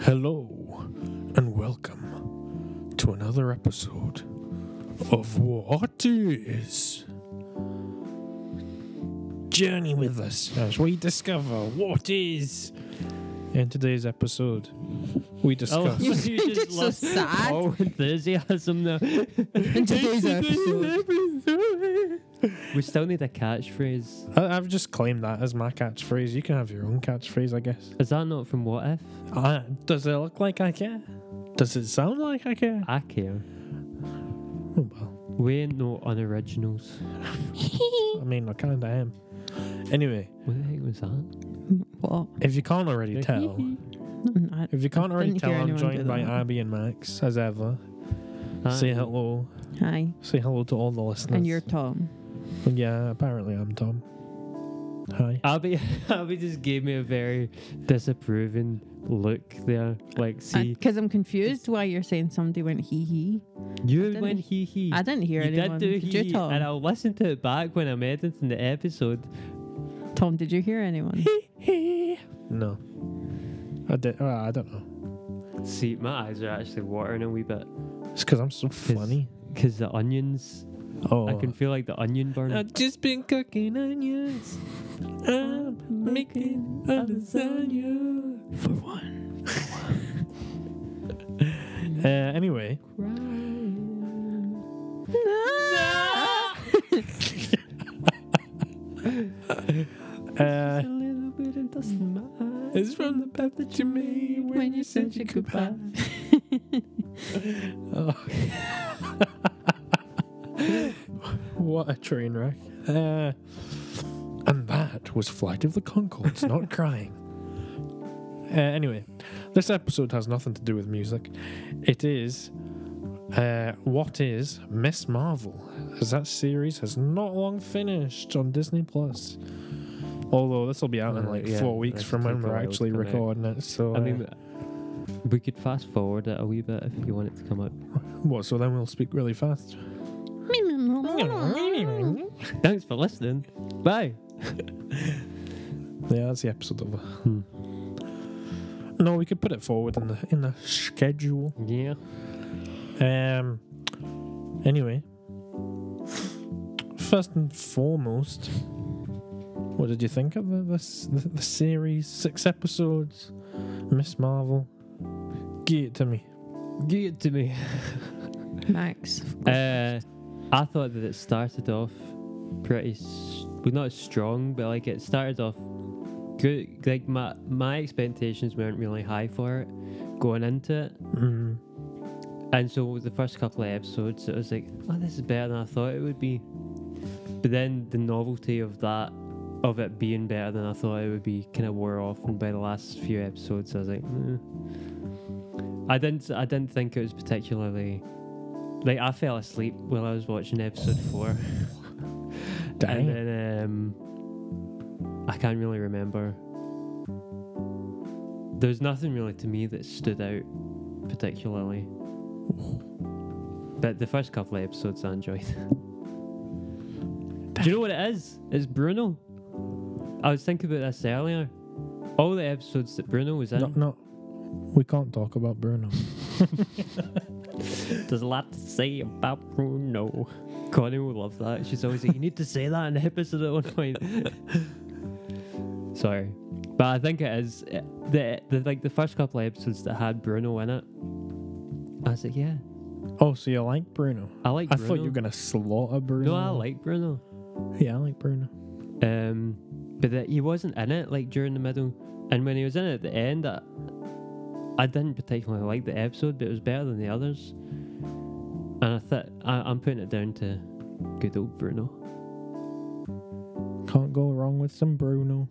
Hello and welcome to another episode of What Is. Journey with us as we discover what is. In today's episode, we discuss. You You sounded just so lost sad. all enthusiasm there. In today's episode, We still need a catchphrase. I, I've just claimed that as my catchphrase. You can have your own catchphrase, I guess. Is that not from What If? I, does it look like I care? Does it sound like I care? I care. Oh, well. We ain't no unoriginals. I mean, I kind of am. Anyway, What the heck was that? what? if you can't already tell, I- if you can't already didn't tell, hear I'm anyone joined do by that. Abby and Max as ever. That- Say hello. Hi, Say hello to all the listeners. and you're Tom. yeah, apparently I'm Tom. Hi. Abby, Abby just gave me a very disapproving look there. Like, see, Because I'm confused why you're saying somebody went hee hee. you didn't- went hee hee. I didn't hear You did anyone. do you, hee hee, Tom? and I'll listen to it back when I'm editing the episode. Tom, did you hear anyone? No. I did. Well, I don't know. See, my eyes are actually watering a wee bit It's because I'm so funny. because the onions. Oh. I can feel like the onion burn. I've just been cooking onions. I'm making a lasagna for one. uh, anyway, uh, A little bit of dust in my eyes. it's from the path that you made when, you said you could pass. What a train wreck. Uh, and that was Flight of the Concords, not crying. Uh, anyway, this episode has nothing to do with music. It is uh, what is Miss Marvel, as that series has not long finished on Disney Plus. Although this will be out in Uh, like yeah, four weeks it'll from when take a we're while to actually come out. recording it. So I uh, mean, we could fast forward it a wee bit if you want it to come up. what? So then we'll speak really fast. yeah, Thanks for listening. Bye. that's the episode over. Hmm. No, we could put it forward in the in the schedule. Yeah. Um. Anyway, first and foremost, what did you think of the, this the, the series? Six episodes, Miss Marvel. Give it to me. Give it to me. Max. of course. Uh, I thought that it started off pretty, s- well, not strong, but like it started off good. Like my my expectations weren't really high for it going into it. Mm-hmm. Mm. And so with the first couple of episodes, it was like, oh, this is better than I thought it would be. But then the novelty of that, of it being better than I thought it would be, kind of wore off. And by the last few episodes, I was like, eh. I didn't, I didn't think it was particularly. Like I fell asleep while I was watching episode four, Dang. and then um, I can't really remember. There's nothing really to me that stood out particularly. But the first couple of episodes I enjoyed. Do you know what it is? It's Bruno. I was thinking about this earlier. All the episodes that Bruno was in, no, no, we can't talk about Bruno. there's a lot to say about Bruno. Connie will love that. She's always like, you need to say that in the episode at one point. Sorry. But I think it is it- the, the like the first couple of episodes that had Bruno in it. I was like, yeah, Oh, so you like Bruno? I like I Bruno. thought you were gonna slaughter Bruno. No, I like Bruno. Yeah, I like Bruno. Um, but that he wasn't in it like during the middle, and when he was in it at the end, I, I didn't particularly like the episode, but it was better than the others. And I thought I'm putting it down to good old Bruno. Can't go wrong with some Bruno.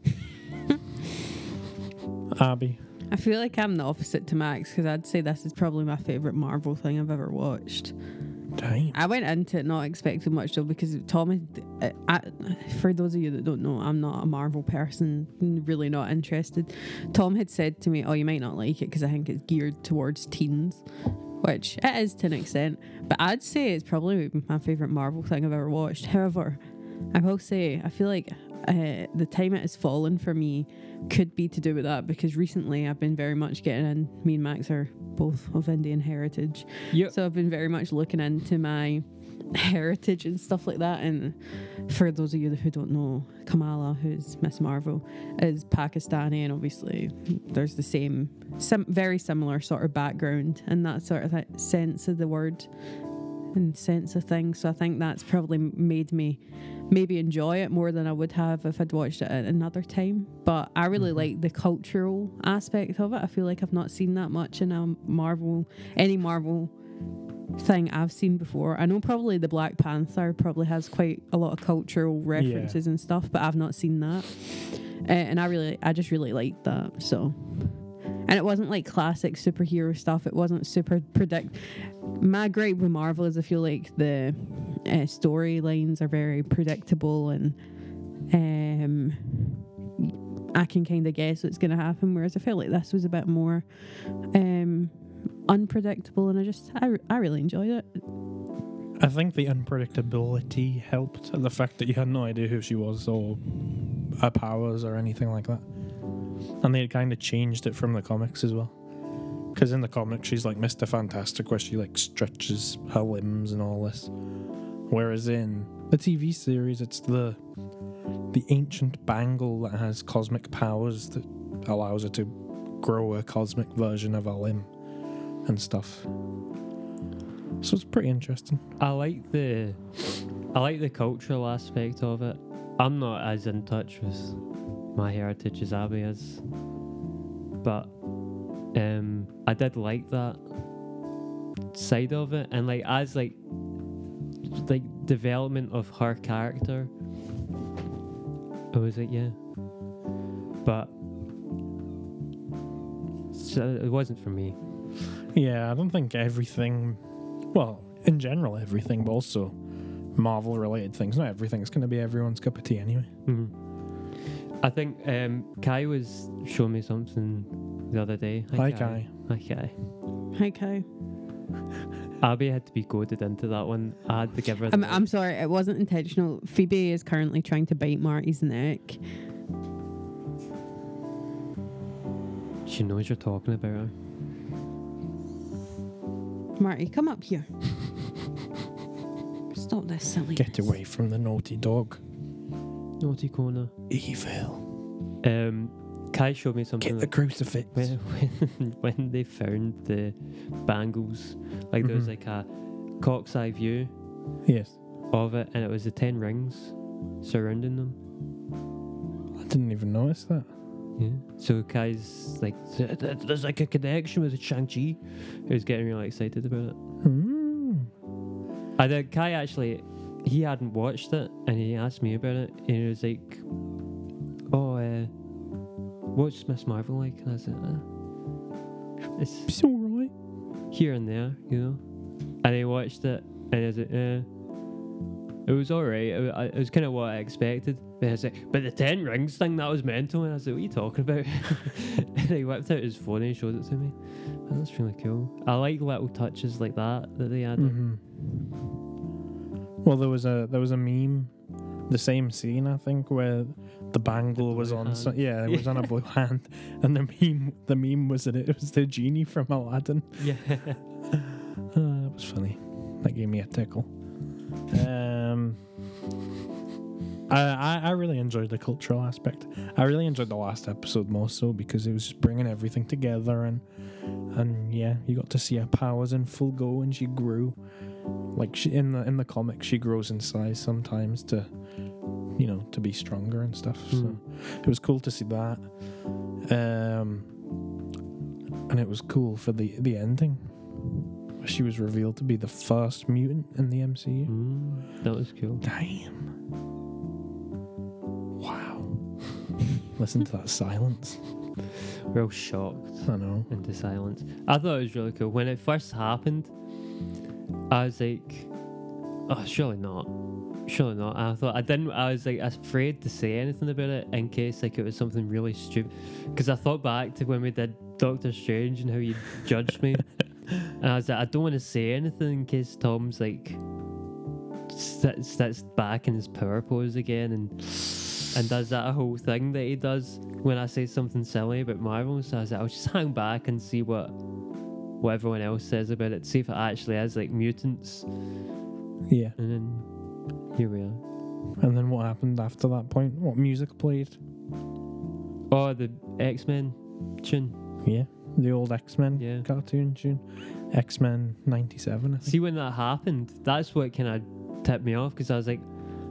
Abby. I feel like I'm the opposite to Max because I'd say this is probably my favourite Marvel thing I've ever watched. Damn. I went into it not expecting much though because Tom, had- I, I- for those of you that don't know, I'm not a Marvel person, really not interested. Tom had said to me, "Oh, you might not like it because I think it's geared towards teens." Which it is to an extent, but I'd say it's probably my favourite Marvel thing I've ever watched. However, I will say, I feel like uh, the time it has fallen for me could be to do with that because recently I've been very much getting in. Me and Max are both of Indian heritage, Yep. so I've been very much looking into my heritage and stuff like that. And for those of you who don't know, Kamala, who's Miss Marvel, is Pakistani, and obviously there's the same, sim- very similar sort of background and that sort of th- sense of the word and sense of things. So I think that's probably made me maybe enjoy it more than I would have if I'd watched it at another time. But I really like the cultural aspect of it. I feel like I've not seen that much in a Marvel, any Marvel thing I've seen before. I know probably the Black Panther probably has quite a lot of cultural references and stuff, but I've not seen that. Uh, and I really, I just really liked that. So. And it wasn't like classic superhero stuff. It wasn't super predict. My gripe with Marvel is I feel like the uh, storylines are very predictable and um, I can kind of guess what's going to happen. Whereas I felt like this was a bit more um, unpredictable, and I just I, I really enjoyed it. I think the unpredictability helped, and the fact that you had no idea who she was or her powers or anything like that. And they had kind of changed it from the comics as well. Because in the comics, she's like Mr. Fantastic, where she like stretches her limbs and all this. Whereas in the TV series, it's the the ancient bangle that has cosmic powers that allows her to grow a cosmic version of her limb and stuff. So it's pretty interesting. I like the I like the cultural aspect of it. I'm not as in touch with my heritage as Abby is. But um I did like that side of it and like as like like development of her character. I was like, yeah. But so it wasn't for me. Yeah, I don't think everything, well, in general, everything, but also Marvel related things. Not everything's going to be everyone's cup of tea anyway. Mhm. I think um, Kai was showing me something the other day. Hi, Kai. Hi, Kai. Hi, Kai. Abby had to be goaded into that one. I had to give her. I'm, the- I'm sorry, it wasn't intentional. Phoebe is currently trying to bite Marty's neck. she knows you're talking about her. Marty, come up here. Stop this silly. Get away from the naughty dog. Naughty corner. Evil. Um, Kai showed me something. Get the that- crucifix. when, when, when they found the bangles, like there was Mhm. like a cock's eye view Yes. of it, and it was the ten rings surrounding them. I didn't even notice that. Yeah. So Kai's like, "Th- th- there's like a connection with Shang Chi. He was getting really excited about it. Mm. And then Kai Uh, actually, he hadn't watched it, and he asked me about it, and he was like, "Oh, uh, what's Miss Marvel like?" And I said, "Uh, "It's It's all right. here and there, you know." And he watched it, and he was like, "Eh." It was alright. It, wa- it was kind of what I expected. But I was like, "But the ten rings thing that was mental." And I was like, "What are you talking about?" and he whipped out his phone and showed it to me. And that's really cool. I like little touches like that that they added. Mhm. Well, there was a there was a meme, the same scene I think where the bangle The was blue on. hand. So, yeah, it was on a blue hand, and the meme the meme was that it was the genie from Aladdin. Yeah. Uh, it was funny. That gave me a tickle. Um, I, I I really enjoyed the cultural aspect. I really enjoyed the last episode more so because it was just bringing everything together and and yeah, you got to see her powers in full go and she grew. Like she in the in the comics, she grows in size sometimes to you know to be stronger and stuff. So it was cool to see that. Um, and it was cool for the the ending she was revealed to be the first mutant in the MCU. Mm, that was cool. Damn. Wow. Listen to that silence. We're all shocked I know. into silence. I thought it was really cool. When it first happened, I was like, oh, surely not. Surely not. I thought I didn't. I was like afraid to say anything about it in case like it was something really stupid. Because I thought back to when we did Doctor Strange and how you judged me, and I was like, I don't want to say anything in case Tom's like sits, sits back in his power pose again and and does that whole thing that he does when I say something silly about Marvel. So I was like, I'll just hang back and see what what everyone else says about it. See if it actually is like mutants. Yeah. And then here we are. And then what happened after that point? What music played? Oh, the X Men tune. Yeah. The old X Men Yeah. cartoon tune. X Men 97, I think. See when that happened, that's what kind of tipped me off because I was like,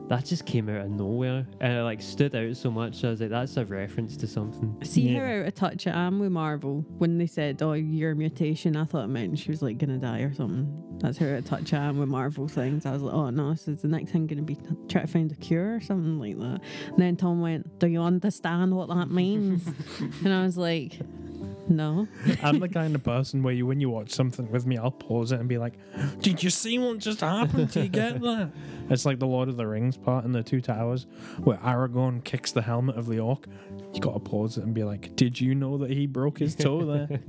that just came out of nowhere and it like stood out so much. I was like, that's a reference to something. See Yeah. how out of touch I am with Marvel when they said, "Oh, you're a mutation." I thought it meant she was like gonna die or something. That's how out of touch I am with Marvel things. I was like, "Oh no, so is the next thing gonna be t- try to find a cure or something like that?" And then Tom went, "Do you understand what that means?" and I was like, "No." I'm the kind of person where you, when you watch something with me, I'll pause it and be like, "Did you see what just happened? Do you get that?" It's like the Lord of the Rings part in the Two Towers, where Aragorn kicks the helmet of the orc. You gotta pause it and be like, "Did you know that he broke his toe there?"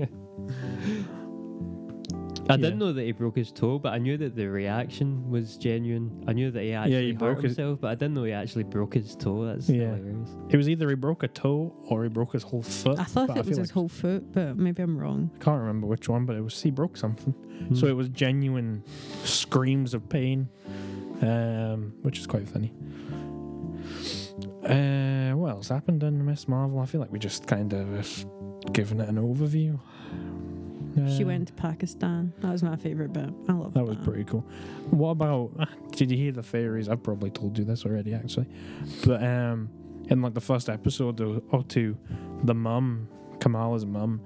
I Yeah. didn't know that he broke his toe, but I knew that the reaction was genuine. I knew that he actually he hurt broke his- himself, but I didn't know he actually broke his toe. That's Yeah. hilarious. it was either he broke a toe or he broke his whole foot. I thought but it was feel his like- whole foot, but maybe I'm wrong. I can't remember which one, but it was he broke something. Mm-hmm. So it was genuine screams of pain, um, which is quite funny. Uh, what else happened in Miss Marvel? I feel like we just kind of have given it an overview. she Um, went to Pakistan. That was my favorite bit. I love that. That was pretty cool. What about? Did you hear the theories? I've probably told you this already, actually. But um, in like the first episode or- or two, the mum, Kamala's mum,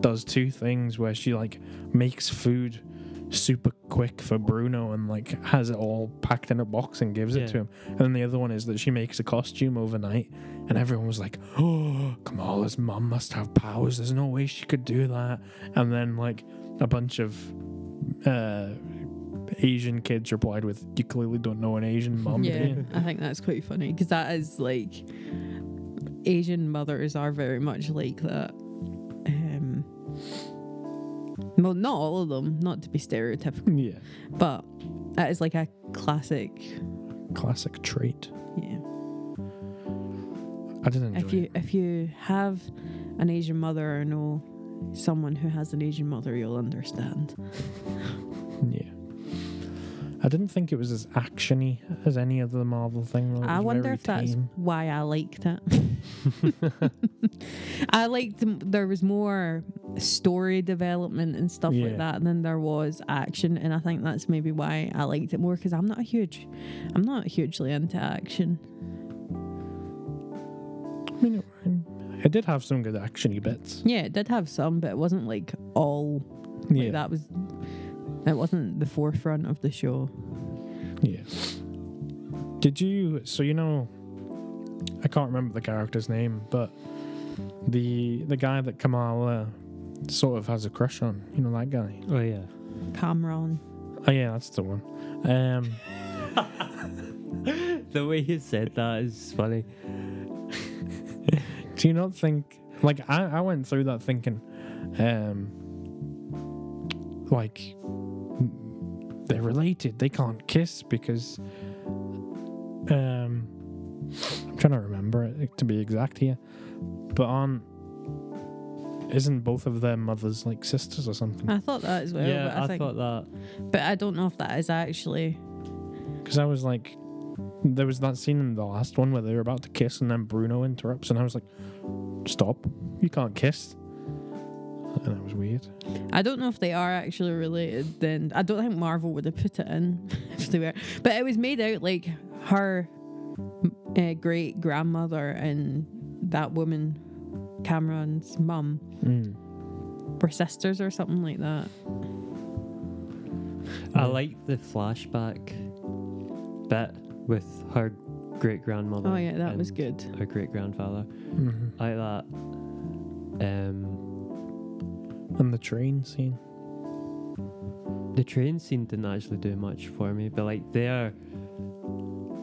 does two things where she like makes food super quick for Bruno and like has it all packed in a box and gives Yeah. it to him. And then the other one is that she makes a costume overnight, and everyone was like, "Oh, Kamala's mum must have powers. There's no way she could do that." And then like a bunch of uh, Asian kids replied with, "You clearly don't know an Asian mom." do Yeah, you?" I think that's quite funny because that is like Asian mothers are very much like that. Um, well, not all of them, not to be stereotypical, yeah, but that is like a classic. classic trait. Yeah, I didn't enjoy if you it. if you have an Asian mother or know someone who has an Asian mother, you'll understand. Yeah, I didn't think it was as actiony as any other Marvel thing. Really. It I was wonder very if that's tame. why I liked it. I liked m- there was more story development and stuff Yeah. like that than there was action, and I think that's maybe why I liked it more because I'm not a huge, I'm not hugely into action. I mean, it, it did have some good actiony bits. Yeah, it did have some, but it wasn't like all. Like yeah, that was, it wasn't the forefront of the show. yeah. Did you? So you know, I can't remember the character's name, but the the guy that Kamala sort of has a crush on. You know that guy. Oh yeah. Cameron, Oh yeah, that's the one. Um, The way you said that is funny. do you not think? Like I, I went through that thinking, um, like they're related. They can't kiss because, um, I'm trying to remember it to be exact here, but on isn't both of their mothers like sisters or something? I thought that as well. yeah, but I, I, think, thought that. but I don't know if that is actually. Because I was like, there was that scene in the last one where they were about to kiss and then Bruno interrupts, and I was like, stop, you can't kiss. And it was weird. I don't know if they are actually related. Then I don't think Marvel would have put it in if they were. But it was made out like her uh, great grandmother and that woman, Cameron's mum, Mm. were sisters or something like that. I like the flashback bit with her great grandmother. Oh yeah, that was good. Her great grandfather. hmm I like that. Um, And the train scene. the train scene didn't actually do much for me, but like their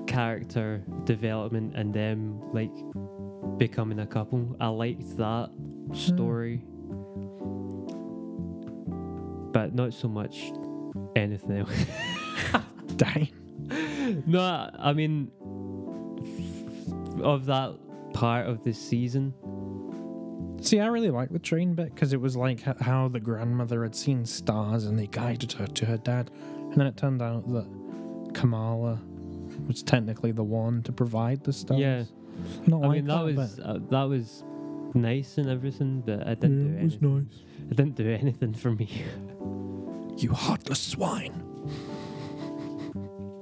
character development and them like becoming a couple, I liked that story, but not so much anything else. Dang. no, I mean, of that part of the season. See, I really liked the train bit because it was like h- how the grandmother had seen stars and they guided her to her dad. And then it turned out that Kamala was technically the one to provide the stars. Yeah, I, don't I like mean that was uh, that was nice and everything, but I bit. didn't do Yeah, it was anything. nice. It didn't do anything for me. You heartless swine.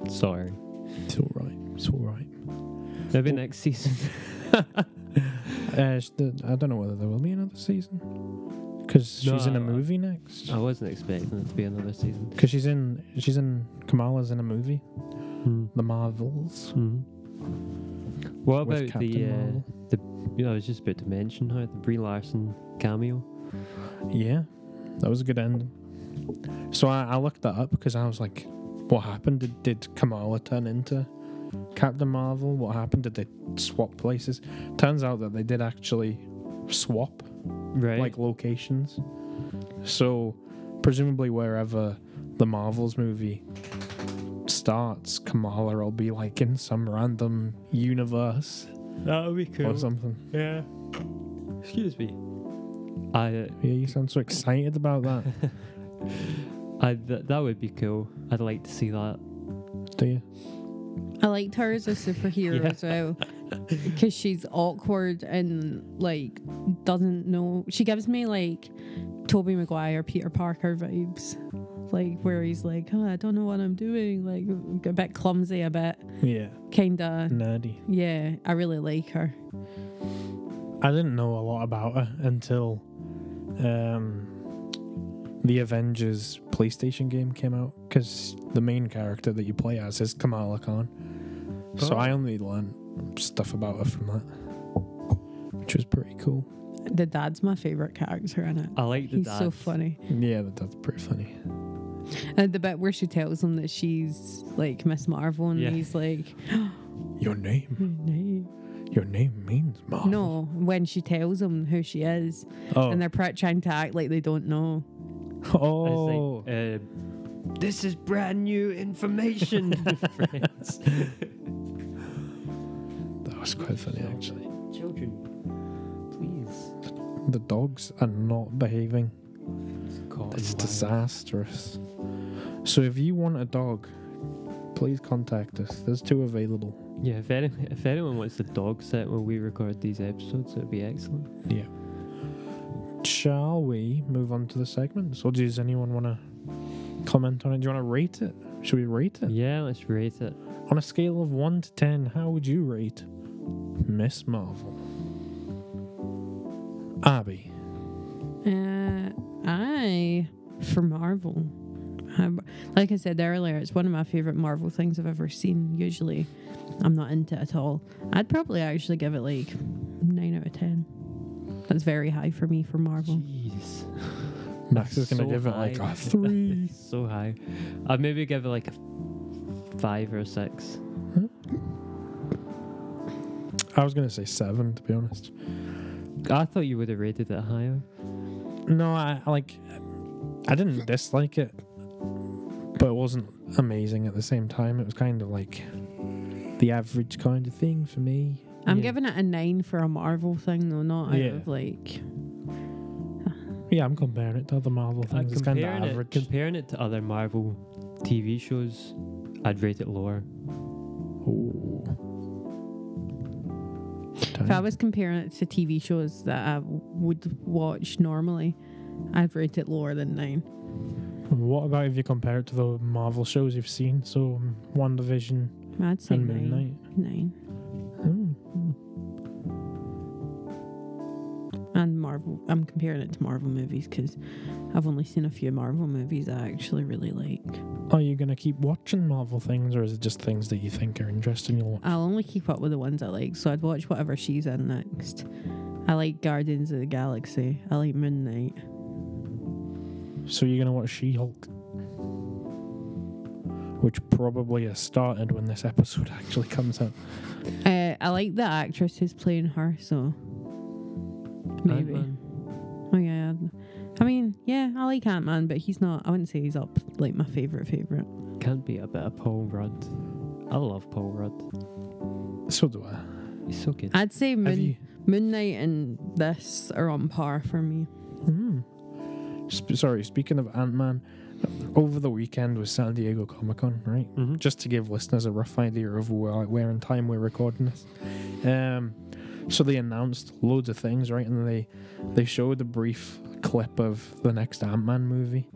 Sorry. It's all right. It's all right. Maybe next season. Uh, sh- the- I don't know whether there will be another season because she's in a No. movie next. I wasn't expecting it to be another season. Because she's in, she's in Kamala's in a movie, Mm. The Marvels. Mhm. What with about the? Captain Uh, Marvel. you know, I was just about to mention how the Brie Larson cameo. Yeah, that was a good ending. So I, I looked that up because I was like, what happened? Did, did Kamala turn into Captain Marvel? What happened? Did they swap places? Turns out that they did actually swap Right. like locations. So presumably wherever the Marvels movie starts, Kamala will be like in some random universe that would be or something. Yeah. Excuse me. I Yeah, you sound so excited about that, I th- that would be cool. I'd like to see that. do you? I liked her as a superhero Yeah. as well because she's awkward and like doesn't know. She gives me like Toby Maguire, Peter Parker vibes, like where he's like, oh, I don't know what I'm doing, like a bit clumsy, a bit Yeah, kinda. nerdy. Yeah, I really like her. I didn't know a lot about her until um, the Avengers PlayStation game came out because the main character that you play as is Kamala Khan. So Oh. I only learned stuff about her from that, which was pretty cool. The dad's my favorite character in it. I like the He's dad. so funny. Yeah, that, that's pretty funny. And the bit where she tells him that she's like Miss Marvel and Yeah. Mm-hmm. he's like, Your name, no. your name means Oh. Marvel. No, when she tells him who she is, Oh, and they're pr- trying to act like they don't know. oh, It's like, uh, this is brand new information. friends. that was quite funny actually. Children, please. The dogs are not behaving. It's It's disastrous. So if you want a dog, please contact us. There's two available. Yeah, if anyone, if anyone wants the dog set when we record these episodes, it would be excellent. Yeah. Shall we move on to the segments? Or does anyone want to comment on it? Do you want to rate it? Should we rate it? Yeah, let's rate it. On a scale of 1 to 10, how would you rate Miss Marvel? Abby. Uh, I, for Marvel, I'm, like I said earlier, it's one of my favorite Marvel things I've ever seen. Usually, I'm not into it at all. I'd probably actually give it like nine out of ten. That's very high for me for Marvel. Jeez. Max is going to So give it like high. a 3. so high. I'd maybe give it like a five or a six. I was going to say 7, to be honest. I thought you would have rated it higher. No, I I like. I didn't dislike it, but it wasn't amazing at the same time. It was kind of like the average kind of thing for me. I'm Yeah. giving it a nine for a Marvel thing, though, not out Yeah. of like. Yeah, I'm comparing it to other Marvel Uh, things. It's kind of comparing it- average. comparing it to other Marvel TV shows, I'd rate it lower. Ooh. If I was comparing it to TV shows that I would watch normally, I'd rate it lower than nine. What about if you compare it to the Marvel shows you've seen? So, One Division I'd say and nine. Moon Knight. Nine. Hmm. And Marvel. I'm comparing it to Marvel movies because I've only seen a few Marvel movies I actually really like. Are you gonna keep watching Marvel things, or is it just things that you think are interesting? You'll watch? I'll only keep up with the ones I like, so I'd watch whatever she's in next. I like Guardians of the Galaxy. I like Moon Knight. So you're gonna watch She-Hulk, which probably has started when this episode actually comes out. Uh, I like the actress who's playing her, so maybe. Ant-Man. Oh yeah. I mean, yeah, I like Ant Man, but he's not. I wouldn't say he's up like my favorite favorite. Can't be a bit of Paul Rudd. I love Paul Rudd. So do I. He's so good. I'd say Have you? Moon, Moon Knight and this are on par for me. Mm. Sp- sorry, speaking of Ant Man, over the weekend was San Diego Comic Con, right? Mhm. Just to give listeners a rough idea of where, where in time we're recording this. Um, so they announced loads of things, right? And they they showed a brief clip of the next Ant Man movie,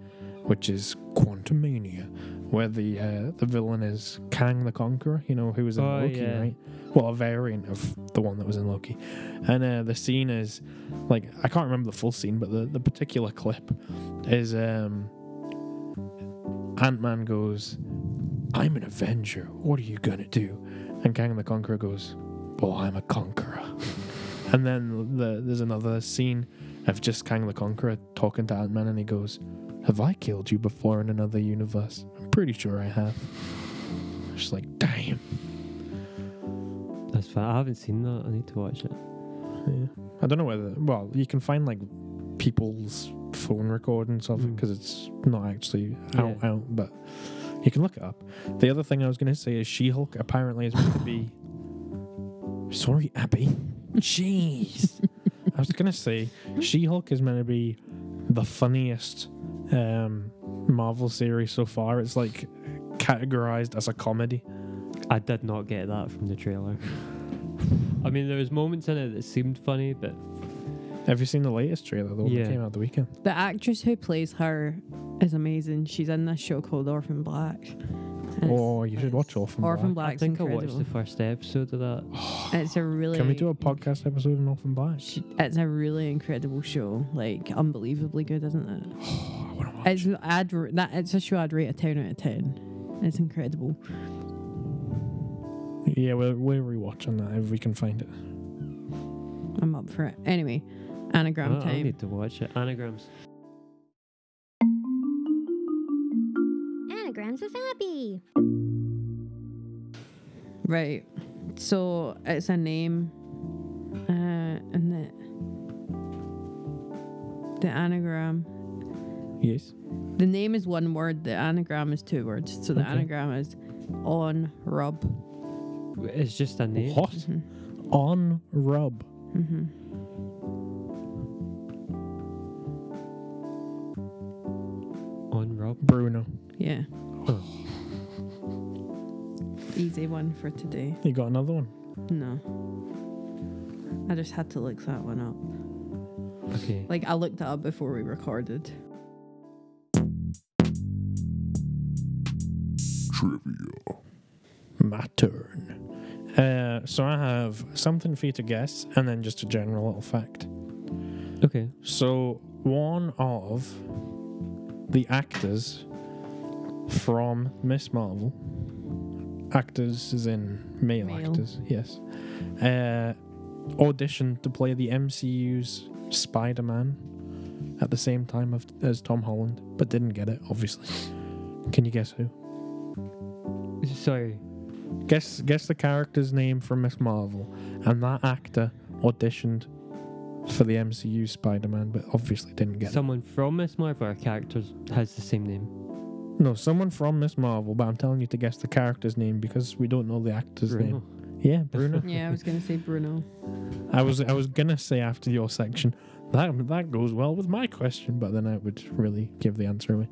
which is Quantumania, where the uh, the villain is Kang the Conqueror, you know, who was in Oh, Loki, yeah. right? Well, a variant of the one that was in Loki. And uh, the scene is like I can't remember the full scene, but the, the particular clip is um Ant Man goes, I'm an Avenger, what are you gonna do? And Kang the Conqueror goes, Well, I'm a conqueror. and then the, there's another scene of just Kang the Conqueror talking to Ant Man and he goes, Have I killed you before in another universe? I'm pretty sure I have. Just like, damn. That's fine. I haven't seen that. I need to watch it. Yeah. I don't know whether. Well, you can find like people's phone recordings of it 'cause because Mm. it's not actually out Yeah. out, but you can look it up. The other thing I was going to say is She-Hulk apparently is meant to be. Sorry, Abby. Jeez. I was going to say She-Hulk is meant to be the funniest um, Marvel series so far. It's like categorized as a comedy. I did not get that from the trailer. I mean, there was moments in it that seemed funny, but Have you seen the latest trailer? The one Yeah. that came out the weekend. The actress who plays her is amazing. She's in this show called Orphan Black. And it's- Oh, you should watch Orphan Black. Orphan I Black's think I watched incredible. the first episode of that. it's a really Can we do a podcast episode on Orphan Black? sh- it's a really incredible show. Like unbelievably good, isn't it? I want to watch. It's I'd r- that it's a show I'd rate a ten out of ten. It's incredible. yeah, we're, we're rewatching that if we can find it. I'm up for it. Anyway, anagram I, I time. need to watch it. Anagrams. Anagrams with Abby. Right. So it's a name, uh, and the the anagram. Yes. The name is one word. The anagram is two words. So the Okay. anagram is on rub. Mm-hmm. It's just a name. What? On rub. On Rob. Bruno. Yeah. Easy one for today. You got another one? No. I just had to look that one up. Okay. Like I looked it up before we recorded. My turn. Uh, so I have something for you to guess and then just a general little fact. Okay. So, one of the actors from Miss Marvel, actors is in male, Male. actors, yes, uh, auditioned to play the MCU's Spider Man at the same time of, as Tom Holland, but didn't get it, obviously. Can you guess who? Sorry. Guess guess the character's name from Miss Marvel, and that actor auditioned for the MCU Spider Man, but obviously didn't get it. Someone from Miss Marvel our characters has the same name. No, someone from Miss Marvel, but I'm telling you to guess the character's name because we don't know the actor's Bruno. name. Yeah, Bruno. Yeah, I was gonna say Bruno. I was I was gonna say after your section that that goes well with my question, but then I would really give the answer away.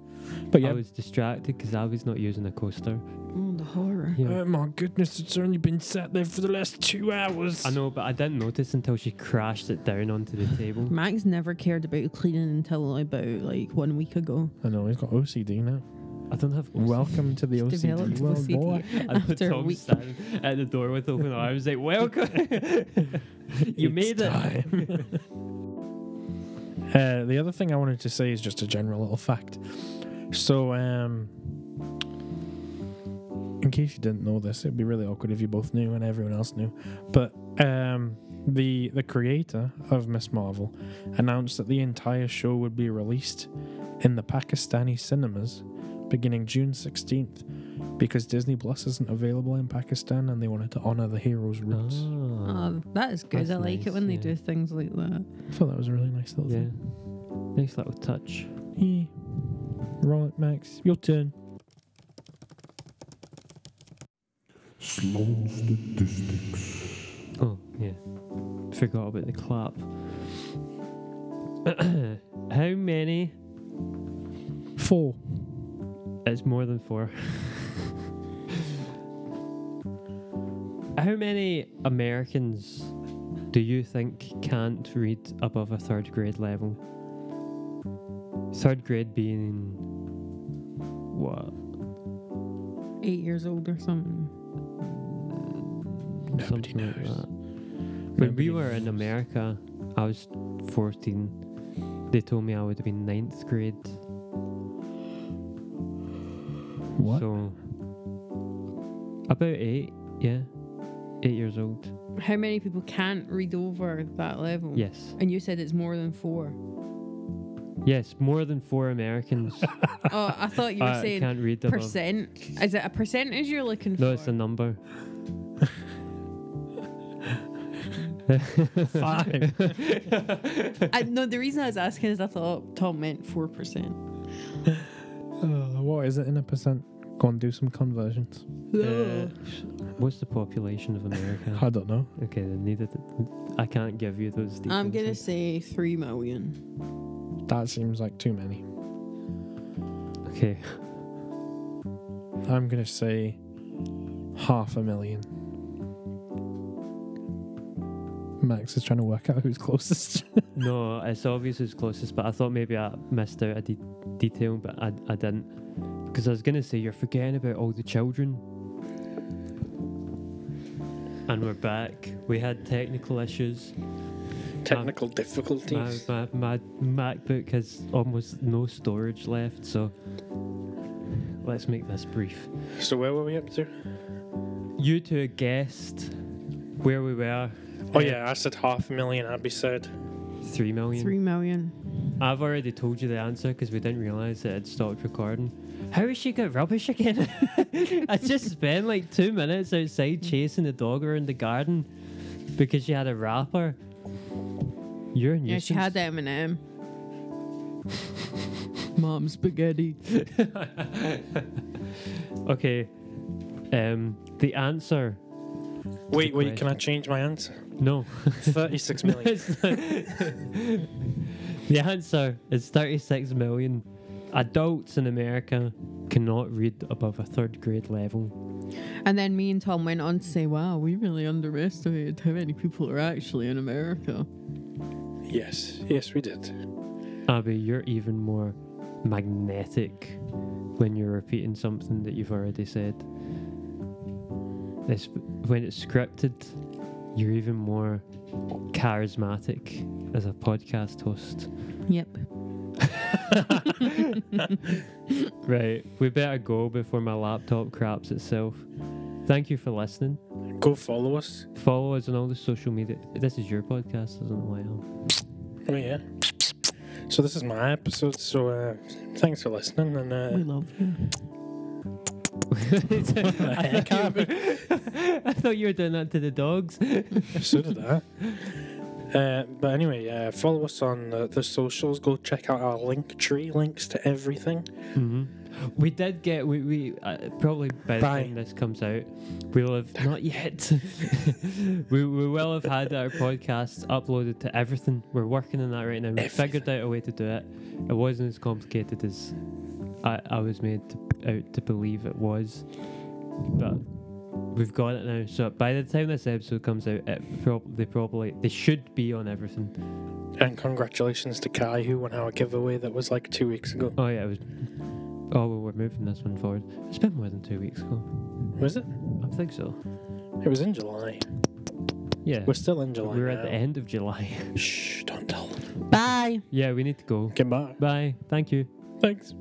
But yeah, I was distracted because I was not using a coaster. Oh, the horror. Yeah. oh my goodness, it's only been sat there for the last two hours. I know, but I didn't notice until she crashed it down onto the table. Max never cared about cleaning until about like one week ago. I know he's got OCD now. I don't have. Welcome to the OCD He's developed world, OCD. boy. I know After a Tom week. standing at the door with open arms, like, welcome. you It's made it. time. uh, the other thing I wanted to say is just a general little fact. So, um, in case you didn't know this, it'd be really awkward if you both knew and everyone else knew. But um, the the creator of Miss Marvel announced that the entire show would be released in the Pakistani cinemas beginning June 16th because Disney Plus isn't available in Pakistan and they wanted to honor the hero's roots. Ah, Oh, that is good. That's I like it nice, when they yeah. do things like that. I thought that was a really nice little yeah. thing. Nice little touch. Yeah. Right, Max, your turn. Sloan Statistics. Oh, yeah. Forgot about the clap. How many? Four. It's more than four. How many Americans do you think can't read above a third grade level? Third grade being what? Eight years old or something. Nobody Something like knows. that. When Nobody we were in knows. America, I was 14. They told me I would have been ninth grade. What? So, about eight, yeah. Eight years old. How many people can't read over that level? Yes. And you said it's more than four. Yes, more than four Americans oh, I thought you were uh, saying can't read the above. percent. Is it a percentage you're looking No, for? it's a number. Five. I, no, the reason I was asking is I thought Tom meant four percent. Uh, what is it in a percent? Go and do some conversions. Uh, what's the population of America? I don't know. okay, then neither. I can't give you those details. I'm gonna say three million. That seems like too many. Okay. I'm gonna say half a million. Max is trying to work out who's closest. No, it's obvious it's closest, but I thought maybe I missed out a de- detail, but I, I didn't. Because I was going to say, you're forgetting about all the children. And we're back. We had technical issues. Technical My, difficulties. my, my MacBook has almost no storage left, so let's make this brief. So where were we up to? You two guessed where we were. Oh yeah, I said half a million. Abby said Three million. Three million. I've already told you the answer because we didn't realise that it stopped recording. How has she got rubbish again? I just spent like two minutes outside chasing the dog around the garden because she had a wrapper. You're a Yeah, nuisance. she had M&M. Mom spaghetti. Okay. Um, the answer. Wait, wait, can I change my answer? No. 36 million. It's not- the answer is 36 million. Adults in America cannot read above a third grade level. And then me and Tom went on to say, wow, we really underestimated how many people are actually in America. yes, yes, we did. Abby, you're even more magnetic when you're repeating something that you've already said. It's, when it's scripted, you're even more charismatic as a podcast host. Yep. Right, we better go before my laptop craps itself. Thank you for listening. Go follow us. Follow us on all the social media. This is your podcast, isn't it? Wow. Oh yeah. So this is my episode. So uh, thanks for listening. And uh, We love you. I, can't I thought you were doing that to the dogs. so did I. Uh, but anyway, uh, follow us on the, the socials. Go check out our link tree, links to everything. hmm We did get we we uh, probably by the Bye. time this comes out, we'll have not yet. we we will have had our podcast uploaded to everything. We're working on that right now. We figured out a way to do it. It wasn't as complicated as I, I was made to, out to believe it was, but we've got it now. So by the time this episode comes out, it prob- they probably they should be on everything. And congratulations to Kai who won our giveaway that was like two weeks ago. Oh yeah, it was. Oh, well, we're moving this one forward. It's been more than two weeks ago. Was it? I think so. It was in July. Yeah. We're still in July. We're at the now. end of July. Shh! Don't tell them. Bye. yeah, we need to go. Goodbye. Bye. Thank you. Thanks.